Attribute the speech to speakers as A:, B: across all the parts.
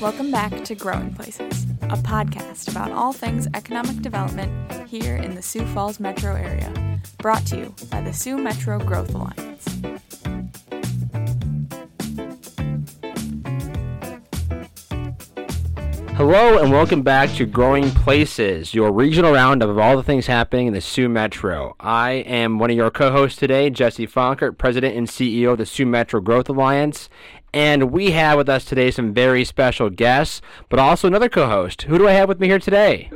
A: Welcome back to Growing Places, a podcast about all things economic development here in the Sioux Falls metro area, brought to you by the Sioux Metro Growth Alliance.
B: Hello and welcome back to Growing Places, your regional roundup of all the things happening in the Sioux Metro. I am one of your co-hosts today, Jesse Fonkert, President and CEO of the Sioux Metro Growth Alliance, and we have with us today some very special guests, but also another co-host. Who do I have with me here today?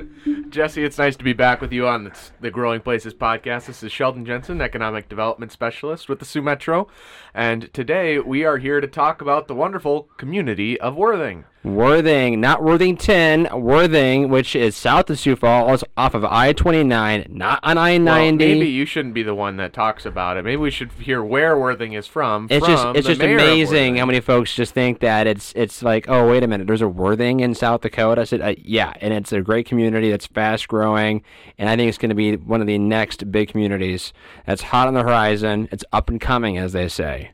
C: Jesse, it's nice to be back with you on the, the Growing Places podcast. This is Sheldon Jensen, Economic Development Specialist with the Sioux Metro. And today we are here to talk about the wonderful community of Worthing.
B: Worthing, not Worthington, Worthing, which is south of Sioux Falls, off of I-29, not on
C: Well,
B: I-90.
C: maybe you shouldn't be the one that talks about it. Maybe we should hear where Worthing is from.
B: It's
C: from
B: just it's
C: the
B: just
C: mayor of
B: amazing
C: Worthing.
B: how many folks just think that it's it's like oh wait a minute there's a Worthing in South Dakota. I said uh, yeah, and it's a great community that's fast growing, and I think it's going to be one of the next big communities that's hot on the horizon. It's up and coming, as they say.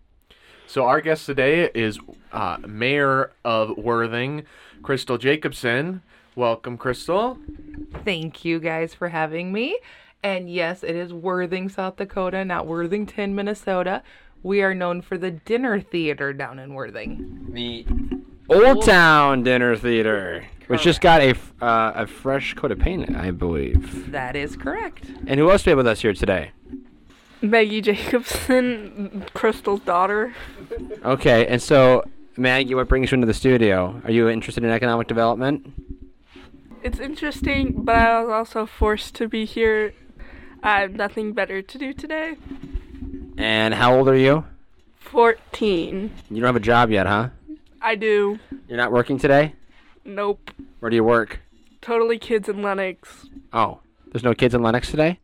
C: So our guest today is uh, Mayor of Worthing, Crystal Jacobson. Welcome, Crystal.
D: Thank you guys for having me. And yes, it is Worthing, South Dakota, not Worthington, Minnesota. We are known for the dinner theater down in Worthing.
B: The Old Town Dinner Theater, which just got a f- uh, a fresh coat of paint, I believe.
D: That is correct.
B: And who else do we have with us here today?
E: Maggie Jacobson, Crystal's daughter.
B: Okay, and so Maggie, what brings you into the studio? Are you interested in economic development?
E: It's interesting, but I was also forced to be here. I have nothing better to do today.
B: And how old are you?
E: 14.
B: You don't have a job yet, huh?
E: I do.
B: You're not working today?
E: Nope.
B: Where do you work?
E: Totally kids in Lennox.
B: Oh, there's no kids in Lennox today?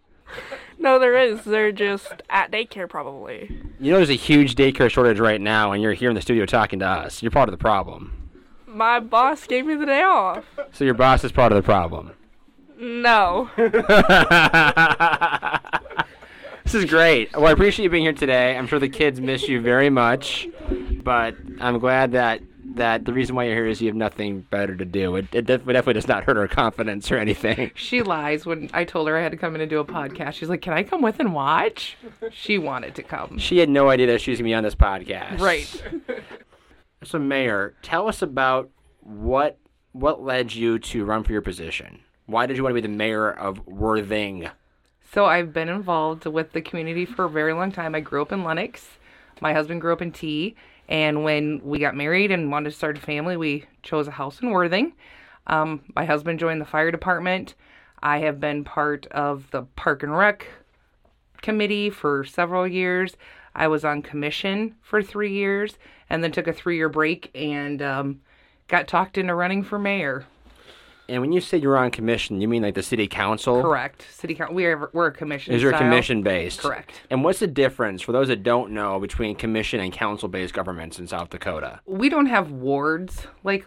E: No, there is. They're just at daycare, probably.
B: You know there's a huge daycare shortage right now, and you're here in the studio talking to us. You're part of the problem.
E: My boss gave me the day off.
B: So your boss is part of the problem.
E: No.
B: this is great. Well, I appreciate you being here today. I'm sure the kids miss you very much, but I'm glad that that the reason why you're here is you have nothing better to do. It, it def- definitely does not hurt our confidence or anything.
D: She lies when I told her I had to come in and do a podcast. She's like, Can I come with and watch? She wanted to come.
B: She had no idea that she was going to be on this podcast.
D: Right.
B: So, Mayor, tell us about what what led you to run for your position. Why did you want to be the mayor of Worthing?
D: So I've been involved with the community for a very long time. I grew up in Lenox. My husband grew up in T. And when we got married and wanted to start a family, we chose a house in Worthing. Um, my husband joined the fire department. I have been part of the park and rec committee for several years. I was on commission for three years and then took a three year break and um, got talked into running for mayor.
B: And when you say you're on commission, you mean like the city council?
D: Correct. City council. We are, we're a commission.
B: Is your
D: style.
B: commission based?
D: Correct.
B: And what's the difference for those that don't know between commission and council based governments in South Dakota?
D: we don't have wards like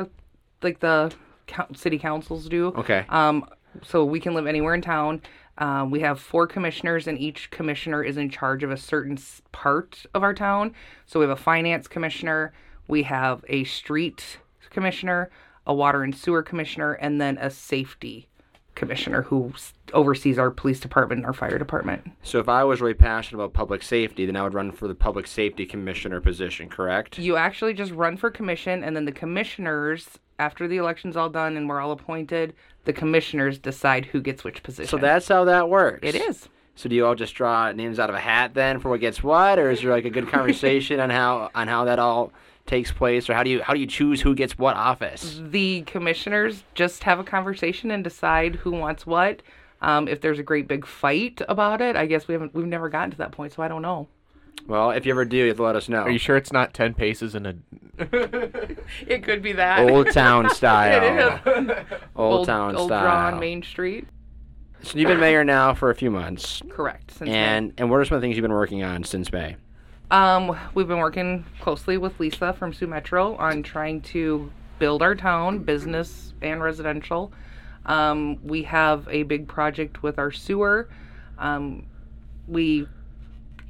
D: like the coun city councils do.
B: Okay.
D: Um, so we can live anywhere in town. Um, we have four commissioners, and each commissioner is in charge of a certain s- part of our town. So we have a finance commissioner, we have a street commissioner, a water and sewer commissioner, and then a safety commissioner who s- oversees our police department and our fire department.
B: So if I was really passionate about public safety, then I would run for the public safety commissioner position, correct?
D: You actually just run for commission, and then the commissioners, after the election's all done and we're all appointed, the commissioners decide who gets which position.
B: So that's how that works.
D: it is.
B: So do you all just draw names out of a hat then for what gets what, or is there like a good conversation on how on how that all takes place, or how do you how do you choose who gets what office?
D: The commissioners just have a conversation and decide who wants what. Um, if there's a great big fight about it, I guess we haven't we've never gotten to that point, so I don't know.
B: Well, if you ever do, you have to let us know.
C: Are you sure it's not 10 paces in a.
D: It could be that
B: Old town style. Old,
D: old,
B: town
D: old
B: style.
D: draw on Main Street.
B: So you've been mayor now for a few months,
D: Correct. Since then.
B: and and what are some of the things you've been working on since May?
D: Um, we've been working closely with Lisa from Sioux Metro on trying to build our town, business and residential. Um, we have a big project with our sewer. Um, we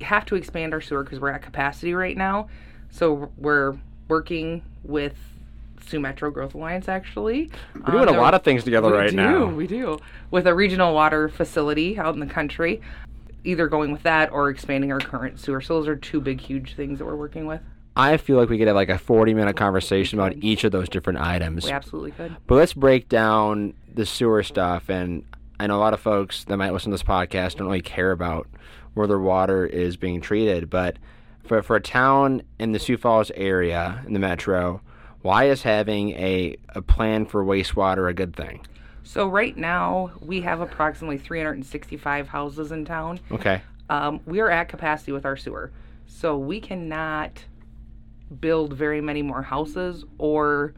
D: have to expand our sewer because we're at capacity right now. So we're working with Sioux Metro Growth Alliance, actually.
B: We're doing a lot of things together
D: Uh, we
B: right
D: do,
B: now.
D: We do. With a regional water facility out in the country, either going with that or expanding our current sewer. So those are two big, huge things that we're working with.
B: I feel like we could have like a 40 minute conversation about each of those different items.
D: We absolutely could.
B: But let's break down the sewer stuff. And I know a lot of folks that might listen to this podcast don't really care about where their water is being treated. But for, for a town in the Sioux Falls area, in the metro, why is having a, a plan for wastewater a good thing?
D: So right now, we have approximately 365 houses in town.
B: Okay.
D: um, we are at capacity with our sewer. So we cannot build very many more houses or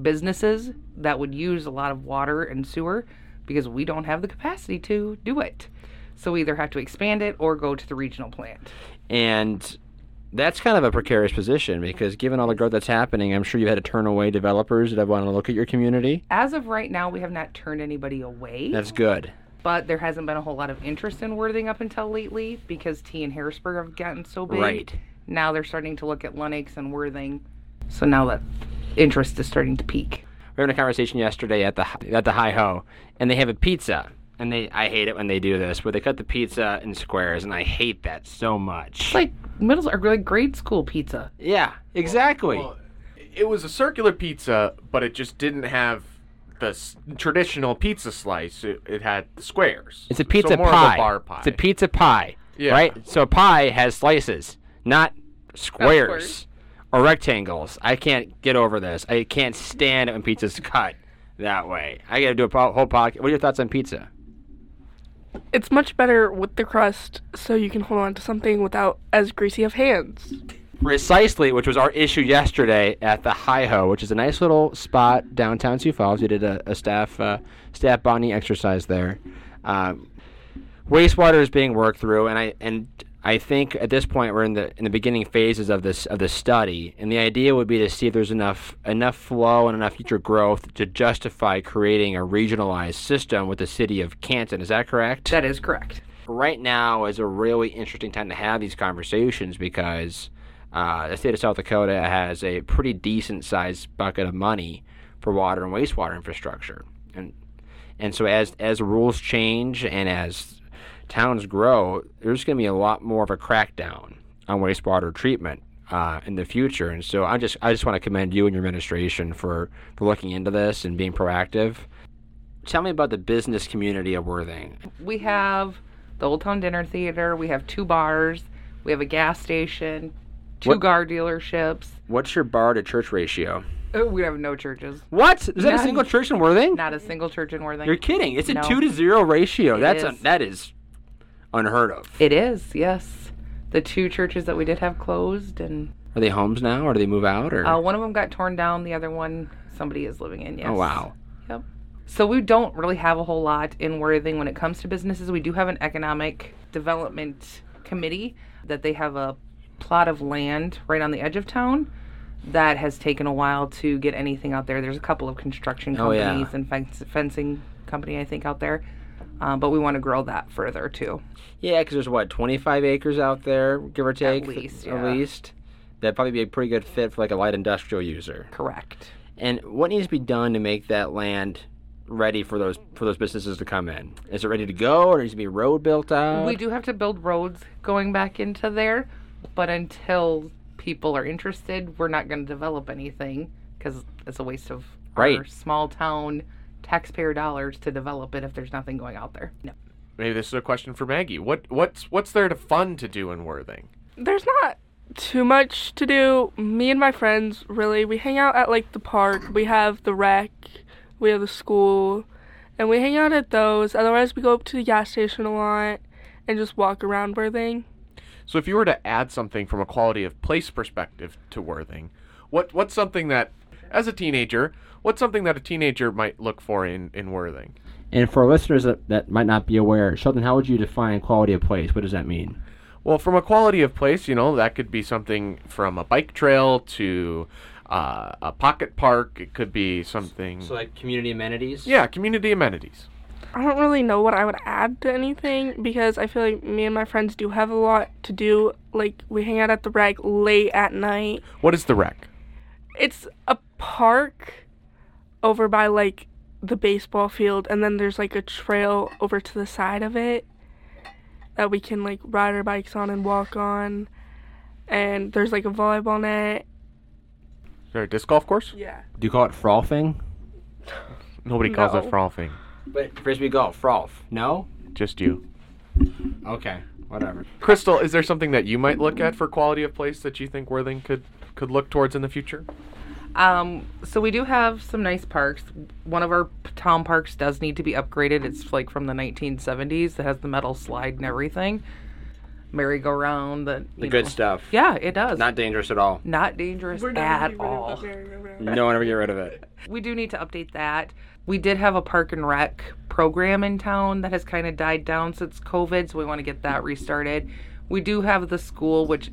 D: businesses that would use a lot of water and sewer because we don't have the capacity to do it. So we either have to expand it or go to the regional plant.
B: And that's kind of a precarious position because given all the growth that's happening, I'm sure you had to turn away developers that have wanted to look at your community.
D: As of right now, we have not turned anybody away,
B: That's good.
D: but there hasn't been a whole lot of interest in Worthing up until lately because T and Harrisburg have gotten so big.
B: Right.
D: Now they're starting to look at Lennox and Worthing. So now that interest is starting to peak.
B: we were having a conversation yesterday at the at the Hi Ho, and they have a pizza. And they, I hate it when they do this, where they cut the pizza in squares, and I hate that so much.
D: It's like middle or like grade school pizza.
B: yeah, exactly.
C: Well, it was a circular pizza, but it just didn't have the s- traditional pizza slice. It, it had the squares.
B: it's a pizza
C: so more
B: pie.
C: Of a bar pie.
B: It's a pizza pie,
C: Yeah.
B: right? So a pie has slices, not squares or rectangles. I can't get over this. I can't stand it when pizza's cut that way. I got to do a po- whole podcast. What are your thoughts on pizza?
E: It's much better with the crust, so you can hold on to something without as greasy of hands.
B: Precisely, which was our issue yesterday at the Hi Ho, which is a nice little spot downtown Sioux Falls. We did a, a staff uh, staff bonding exercise there. Um, wastewater is being worked through, and I and I think at this point we're in the in the beginning phases of this of the study, and the idea would be to see if there's enough enough flow and enough future growth to justify creating a regionalized system with the city of Canton. Is that correct?
D: That is correct.
B: right now is a really interesting time to have these conversations because uh, the state of South Dakota has a pretty decent sized bucket of money for water and wastewater infrastructure, and and so as as rules change and as towns grow, there's going to be a lot more of a crackdown on wastewater treatment uh, in the future. And so I just I just want to commend you and your administration for for looking into this and being proactive. Tell me about the business community of Worthing.
D: We have the Old Town Dinner Theater. We have two bars. We have a gas station. Two
B: What-
D: car dealerships.
B: What's your bar to church ratio?
D: Uh, We have no churches.
B: What? Is that a
D: None.
B: single church in Worthing?
D: Not a single church in Worthing.
B: You're kidding. It's a
D: No.
B: two to zero ratio.
D: It
B: That's
D: is.
B: Un- that is unheard of.
D: It is yes. The two churches that we did have closed, and
B: Are they homes now, or do they move out, or?
D: uh, one of them got torn down. The other one, somebody is living in. Yes.
B: Oh wow.
D: Yep. So we don't really have a whole lot in Worthing when it comes to businesses. We do have an economic development committee that they have a plot of land right on the edge of town that has taken a while to get anything out there. There's a couple of construction
B: Oh,
D: companies
B: yeah.
D: and fence, fencing company I think out there, um, but we want to grow that further too.
B: Yeah, because there's what 25 acres out there, give or take,
D: least,
B: at
D: yeah.
B: least. That'd probably be a pretty good fit for like a light industrial user.
D: Correct.
B: And what needs to be done to make that land ready for those for those businesses to come in? Is it ready to go, or needs to be road built out?
D: We do have to build roads going back into there, but until people are interested, we're not going to develop anything because it's a waste of our
B: Right.
D: small town taxpayer dollars to develop it if there's nothing going out there. No.
C: Maybe this is a question for Maggie. What what's what's there to fun to do in Worthing?
E: There's not too much to do. Me and my friends, really, we hang out at like the park. We have the rec, we have the school, and we hang out at those. Otherwise, we go up to the gas station a lot and just walk around Worthing.
C: So if you were to add something from a quality of place perspective to Worthing, what what's something that as a teenager, what's something that a teenager might look for in in Worthing?
B: And for listeners that, that might not be aware, Sheldon, how would you define quality of place? What does that mean?
C: Well, from a quality of place, you know, that could be something from a bike trail to uh, a pocket park. It could be something.
B: So like community amenities.
C: yeah, community amenities.
E: I don't really know what I would add to anything because I feel like me and my friends do have a lot to do. Like, we hang out at the rec late at night.
C: What is the rec?
E: It's a park over by like the baseball field, and then there's like a trail over to the side of it that we can like ride our bikes on and walk on. And there's like a volleyball net.
C: Is there a disc golf course?
E: Yeah.
B: Do you call it frolfing?
C: Nobody calls
E: No.
C: it frothing.
B: But frisbee golf, frolf. No.
C: Just you.
B: Okay. Whatever.
C: Crystal, is there something that you might look at for quality of place that you think Worthing could could look towards in the future?
D: Um, so we do have some nice parks. One of our p- town parks does need to be upgraded. It's like from the 1970s. That has the metal slide and everything, merry-go-round. The,
B: The
D: you
B: good
D: know.
B: stuff.
D: Yeah, it does. Not,
B: Not dangerous at all.
D: dangerous
E: We're never
D: at
E: getting rid of
D: all.
E: that merry-go-round.
B: No one ever get rid of it.
D: We do need to update that. We did have a park and rec program in town that has kind of died down since COVID, so we want to get that restarted. We do have the school, which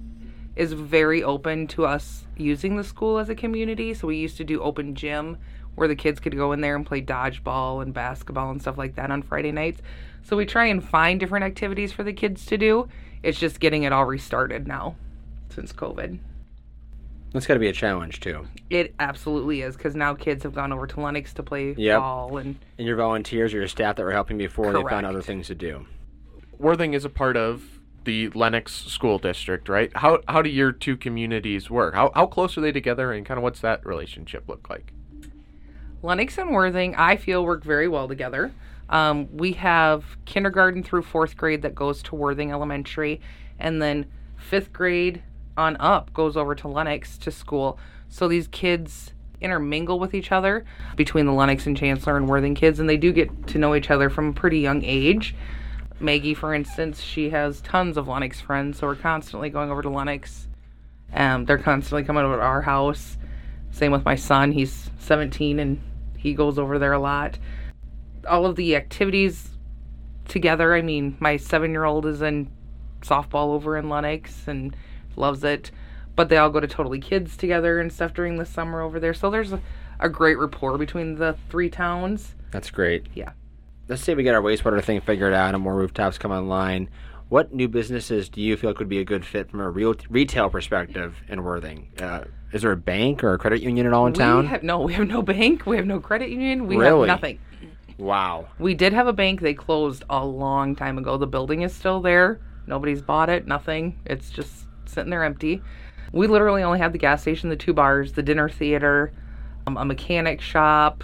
D: is very open to us using the school as a community. So we used to do open gym where the kids could go in there and play dodgeball and basketball and stuff like that on Friday nights. So we try and find different activities for the kids to do. It's just getting it all restarted now since COVID.
B: That's got to be a challenge too.
D: It absolutely is because now kids have gone over to Lennox to play
B: Yep.
D: ball and
B: And your volunteers or your staff that were helping before they found
D: Correct.
B: other things to do.
C: Worthing is a part of the Lennox School District, right? How how do your two communities work? How how close are they together, and kind of what's that relationship look like?
D: Lennox and Worthing, I feel, work very well together. Um, we have kindergarten through fourth grade that goes to Worthing Elementary, and then fifth grade on up goes over to Lennox to school. So these kids intermingle with each other between the Lennox and Chancellor and Worthing kids, and they do get to know each other from a pretty young age. Maggie, for instance, she has tons of Lennox friends, so we're constantly going over to Lennox. Um, they're constantly coming over to our house. Same with my son. He's 17 and he goes over there a lot. All of the activities together. I mean, my seven year old is in softball over in Lennox and loves it. But they all go to Totally Kids together and stuff during the summer over there. So there's a, a great rapport between the three towns.
B: That's great.
D: Yeah.
B: Let's say we get our wastewater thing figured out and more rooftops come online. What new businesses do you feel could be a good fit from a real retail perspective in Worthing? Uh, is there a bank or a credit union at all in town?
D: We have, no, we have no bank. We have no credit union. We
B: Really?
D: have nothing.
B: wow.
D: We did have a bank. They closed a long time ago. The building is still there. Nobody's bought it, nothing. It's just sitting there empty. We literally only have the gas station, the two bars, the dinner theater, um, a mechanic shop,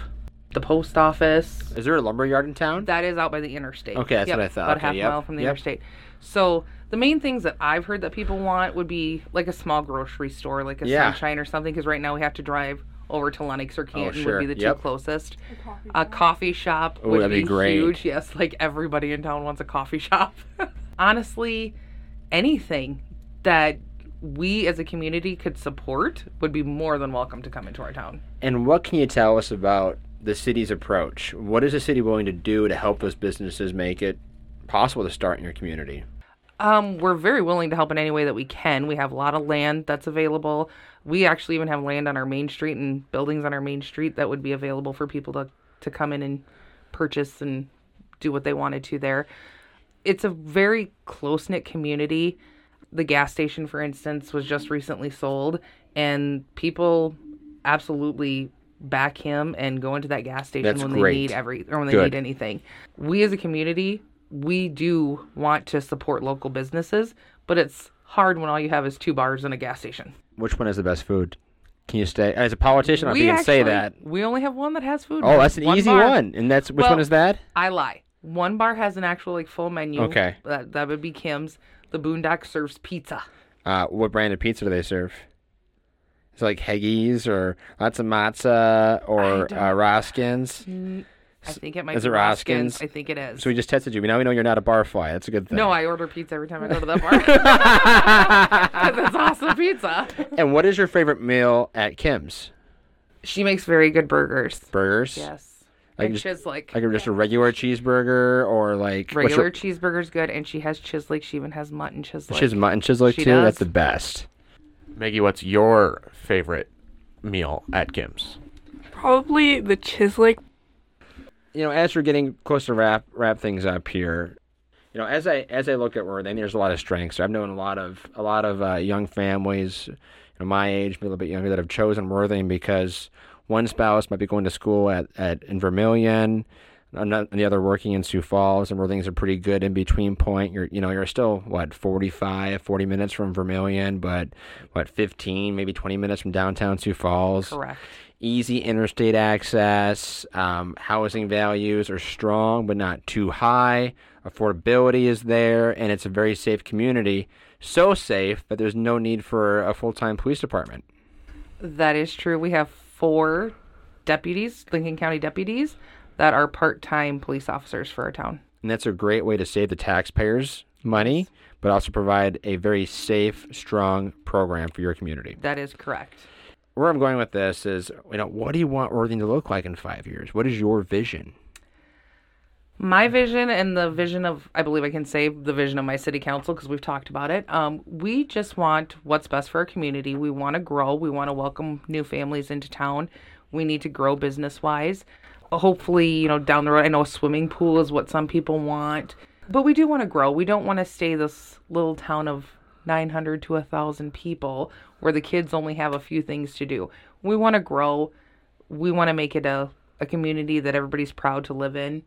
D: the post office.
B: Is there a lumber yard in town?
D: That is out by the interstate.
B: Okay, that's
D: Yep,
B: what I thought.
D: About
B: Okay,
D: half
B: yep,
D: a mile from the
B: yep.
D: interstate. So the main things that I've heard that people want would be like a small grocery store, like a
B: Yeah.
D: sunshine or something, because right now we have to drive over to Lennox or Canton
B: sure,
D: would be the
B: yep.
D: two closest. A coffee shop
B: Ooh,
D: would
B: that'd be
D: be,
B: great.
D: huge. Yes, like everybody in town wants a coffee shop. Honestly, anything that we as a community could support would be more than welcome to come into our town.
B: And what can you tell us about the city's approach? What is the city willing to do to help those businesses make it possible to start in your community?
D: Um, we're very willing to help in any way that we can. We have a lot of land that's available. We actually even have land on our main street and buildings on our main street that would be available for people to to come in and purchase and do what they wanted to there. It's a very close knit community. The gas station, for instance, was just recently sold, and people absolutely back him and go into that gas station
B: That's
D: when
B: great.
D: they need every or when they
B: Good.
D: need anything. We as a community, we do want to support local businesses, but it's hard when all you have is two bars and a gas station.
B: Which one has the best food? Can you stay as a politician? I think you can say that.
D: we only have one that has food.
B: Oh, that's an easy
D: bar.
B: one. And that's which
D: Well,
B: one is that?
D: I lie. One bar has an actual like full menu.
B: Okay.
D: That that would be Kim's. The Boondock serves pizza.
B: Uh, what brand of pizza do they serve? It's like Heggies or lots of matzah or
D: don't-
B: uh, Roskins.
D: I think it might
B: is
D: be
B: it Roskin's?
D: I think it is.
B: So we just tested you. Now we know you're not a bar fly. That's a good thing.
D: no, I order pizza every time I go to that bar. 'Cause it's awesome pizza.
B: and what is your favorite meal at Kim's?
D: She makes very good burgers.
B: Burgers.
D: Yes.
B: I
D: and
B: just-
D: Chislik.
B: Like just a regular cheeseburger or like what's
D: Regular
B: your-
D: cheeseburger's good, and she has Chislik. She even has mutton Chislik.
B: She has mutton chislik
D: She
B: too.
D: does.
B: That's the best.
C: Maggie, what's your favorite meal at Kim's?
E: Probably the Chislik.
B: you know, as we're getting close to wrap wrap things up here, you know, as I as I look at Worthing, there's a lot of strengths. I've known a lot of a lot of uh, young families, you know, my age, maybe a little bit younger, that have chosen Worthing because One spouse might be going to school at, at in Vermillion, ano- and the other working in Sioux Falls, and where things are pretty good in between point. You're you know you're still what 45, 40 minutes from Vermillion, but what 15, maybe 20 minutes from downtown Sioux Falls
D: Correct.
B: easy interstate access. Um, housing values are strong, but not too high. Affordability is there, and it's a very safe community. So safe that there's no need for a full time police department.
D: That is true. We have four deputies, Lincoln County deputies, that are part time police officers for our town.
B: And that's a great way to save the taxpayers money, but also provide a very safe, strong program for your community.
D: That is correct.
B: Where I'm going with this is, you know, what do you want Worthing to look like in five years? What is your vision?
D: My vision and the vision of, I believe I can say the vision of my city council because we've talked about it. Um, we just want what's best for our community. We want to grow. We want to welcome new families into town. We need to grow business wise. Hopefully, you know, down the road, I know a swimming pool is what some people want, but we do want to grow. We don't want to stay this little town of 900 to 1,000 people where the kids only have a few things to do. We want to grow. We want to make it a, a community that everybody's proud to live in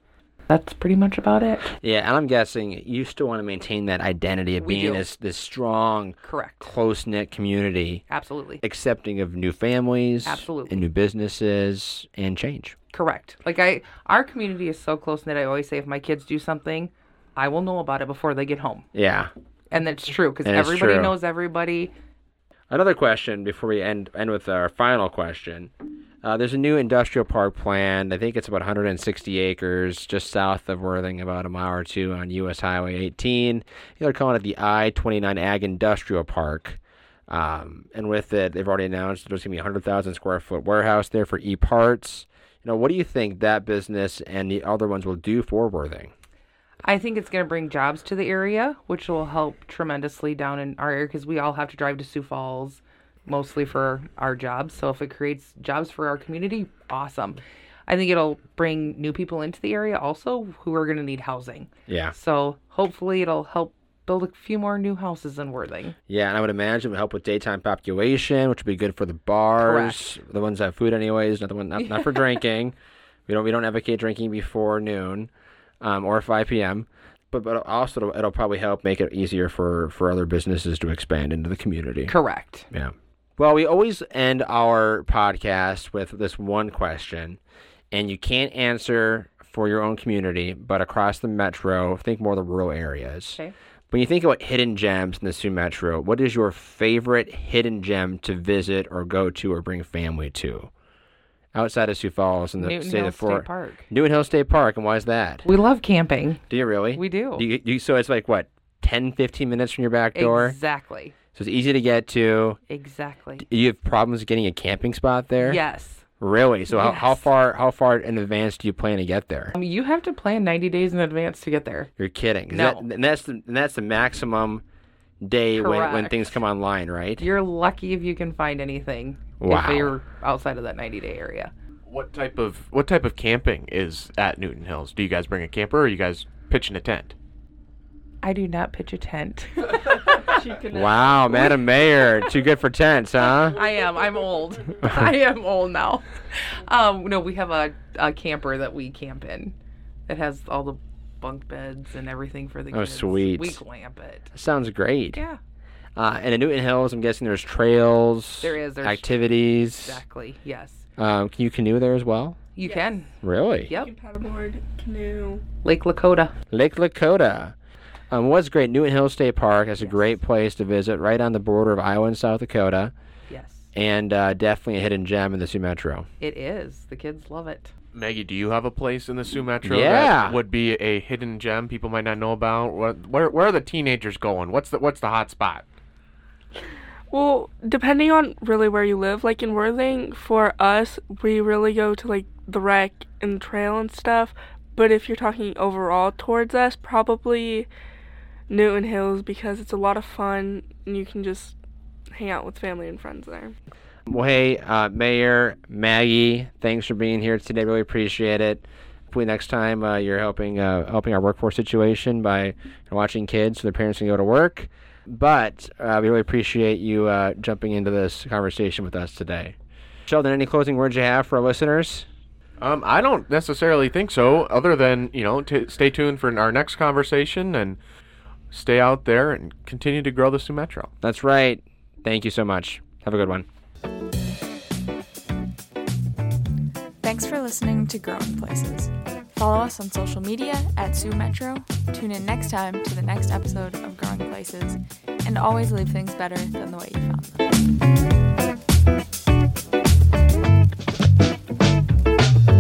D: that's pretty much about it.
B: Yeah, and I'm guessing you still want to maintain that identity of
D: We
B: being
D: do.
B: this this strong,
D: Correct.
B: close knit community,
D: Absolutely.
B: accepting of new families,
D: Absolutely.
B: and new businesses, and change.
D: Correct. Like I our community is so close knit I always say if my kids do something, I will know about it before they get home.
B: Yeah.
D: And that's true because
B: That is
D: everybody
B: true.
D: knows everybody.
B: Another question before we end end with our final question. Uh, there's a new industrial park planned. I think it's about 160 acres, just south of Worthing, about a mile or two on U.S. Highway 18. They're calling it the I-29 Ag Industrial Park. Um, and with it, they've already announced there's going to be a 100,000 square foot warehouse there for e-parts. You know, what do you think that business and the other ones will do for Worthing?
D: I think it's going to bring jobs to the area, which will help tremendously down in our area because we all have to drive to Sioux Falls mostly for our jobs. So if it creates jobs for our community, awesome. I think it'll bring new people into the area also who are going to need housing.
B: Yeah.
D: So hopefully it'll help build a few more new houses in Worthing.
B: Yeah, and I would imagine it would help with daytime population, which would be good for the bars, the ones that have food anyways, not the one not, not for drinking. We don't we don't advocate drinking before noon, um, or five p.m. But but also it'll, it'll probably help make it easier for for other businesses to expand into the community.
D: Correct.
B: Yeah. Well, we always end our podcast with this one question, and you can't answer for your own community, but across the metro, think more of the rural areas.
D: Okay.
B: When you think about hidden gems in the Sioux Metro, what is your favorite hidden gem to visit or go to or bring family to? Outside of Sioux Falls in the
D: Newton
B: state
D: Hill
B: of Florida.
D: State Park.
B: Newton Hill State Park, and why is that?
D: We love camping.
B: Do you really?
D: We do.
B: you, you, so it's like, what, 10, 15 minutes from your back door?
D: Exactly.
B: So it's easy to get to.
D: Exactly.
B: You have problems getting a camping spot there?
D: Yes.
B: Really? So how, how
D: Yes.
B: far how far in advance do you plan to get there?
D: Um, you have to plan 90 days in advance to get there.
B: You're kidding. 'Cause
D: No.
B: That, and that's the and that's the maximum day when, when
D: Correct.
B: things come online, right?
D: You're lucky if you can find anything
B: Wow.
D: if you're outside of that 90 day area.
C: What type of what type of camping is at Newton Hills? Do you guys bring a camper or are you guys pitching a tent?
D: I do not pitch a tent.
B: Wow, Madam Mayor, too good for tents, huh?
D: I am. I'm old. I am old now. Um, no, we have a, a camper that we camp in. It has all the bunk beds and everything for the
B: Oh,
D: kids.
B: sweet.
D: We glamp it.
B: Sounds great.
D: Yeah,
B: Uh, and in Newton Hills, I'm guessing there's trails,
D: There is, there's-
B: activities.
D: exactly. Yes.
B: Um, can you canoe there as well?
D: You can.
B: Really?
D: Yep.
E: You can paddleboard, canoe.
D: Lake Lakota.
B: Lake Lakota. Um, what's great, Newton Hills State Park is a great place to visit, right on the border of Iowa and South Dakota,
D: Yes.
B: and uh, definitely a hidden gem in the Sioux Metro.
D: It is. The kids love it.
C: Maggie, do you have a place in the Sioux Metro
B: Yeah.
C: that would be a hidden gem people might not know about? Where, where, where are the teenagers going? What's the what's the hot spot?
E: Well, depending on really where you live, like in Worthing, for us, we really go to like the wreck and the trail and stuff. But if you're talking overall towards us, probably Newton Hills because it's a lot of fun and you can just hang out with family and friends there.
B: Well, hey, uh, Mayor, Maggie, thanks for being here today. Really appreciate it. Hopefully, next time uh, you're helping uh, helping our workforce situation by watching kids so their parents can go to work. But uh, we really appreciate you uh, jumping into this conversation with us today. Sheldon, any closing words you have for our listeners?
C: Um, I don't necessarily think so, other than, you know, to stay tuned for our next conversation and stay out there and continue to grow the Sumetro.
B: That's right. Thank you so much. Have a good one.
A: Thanks for listening to Growing Places. Follow us on social media at Sioux Metro. Tune in next time to the next episode of Growing Places, and always leave things better than the way you found them.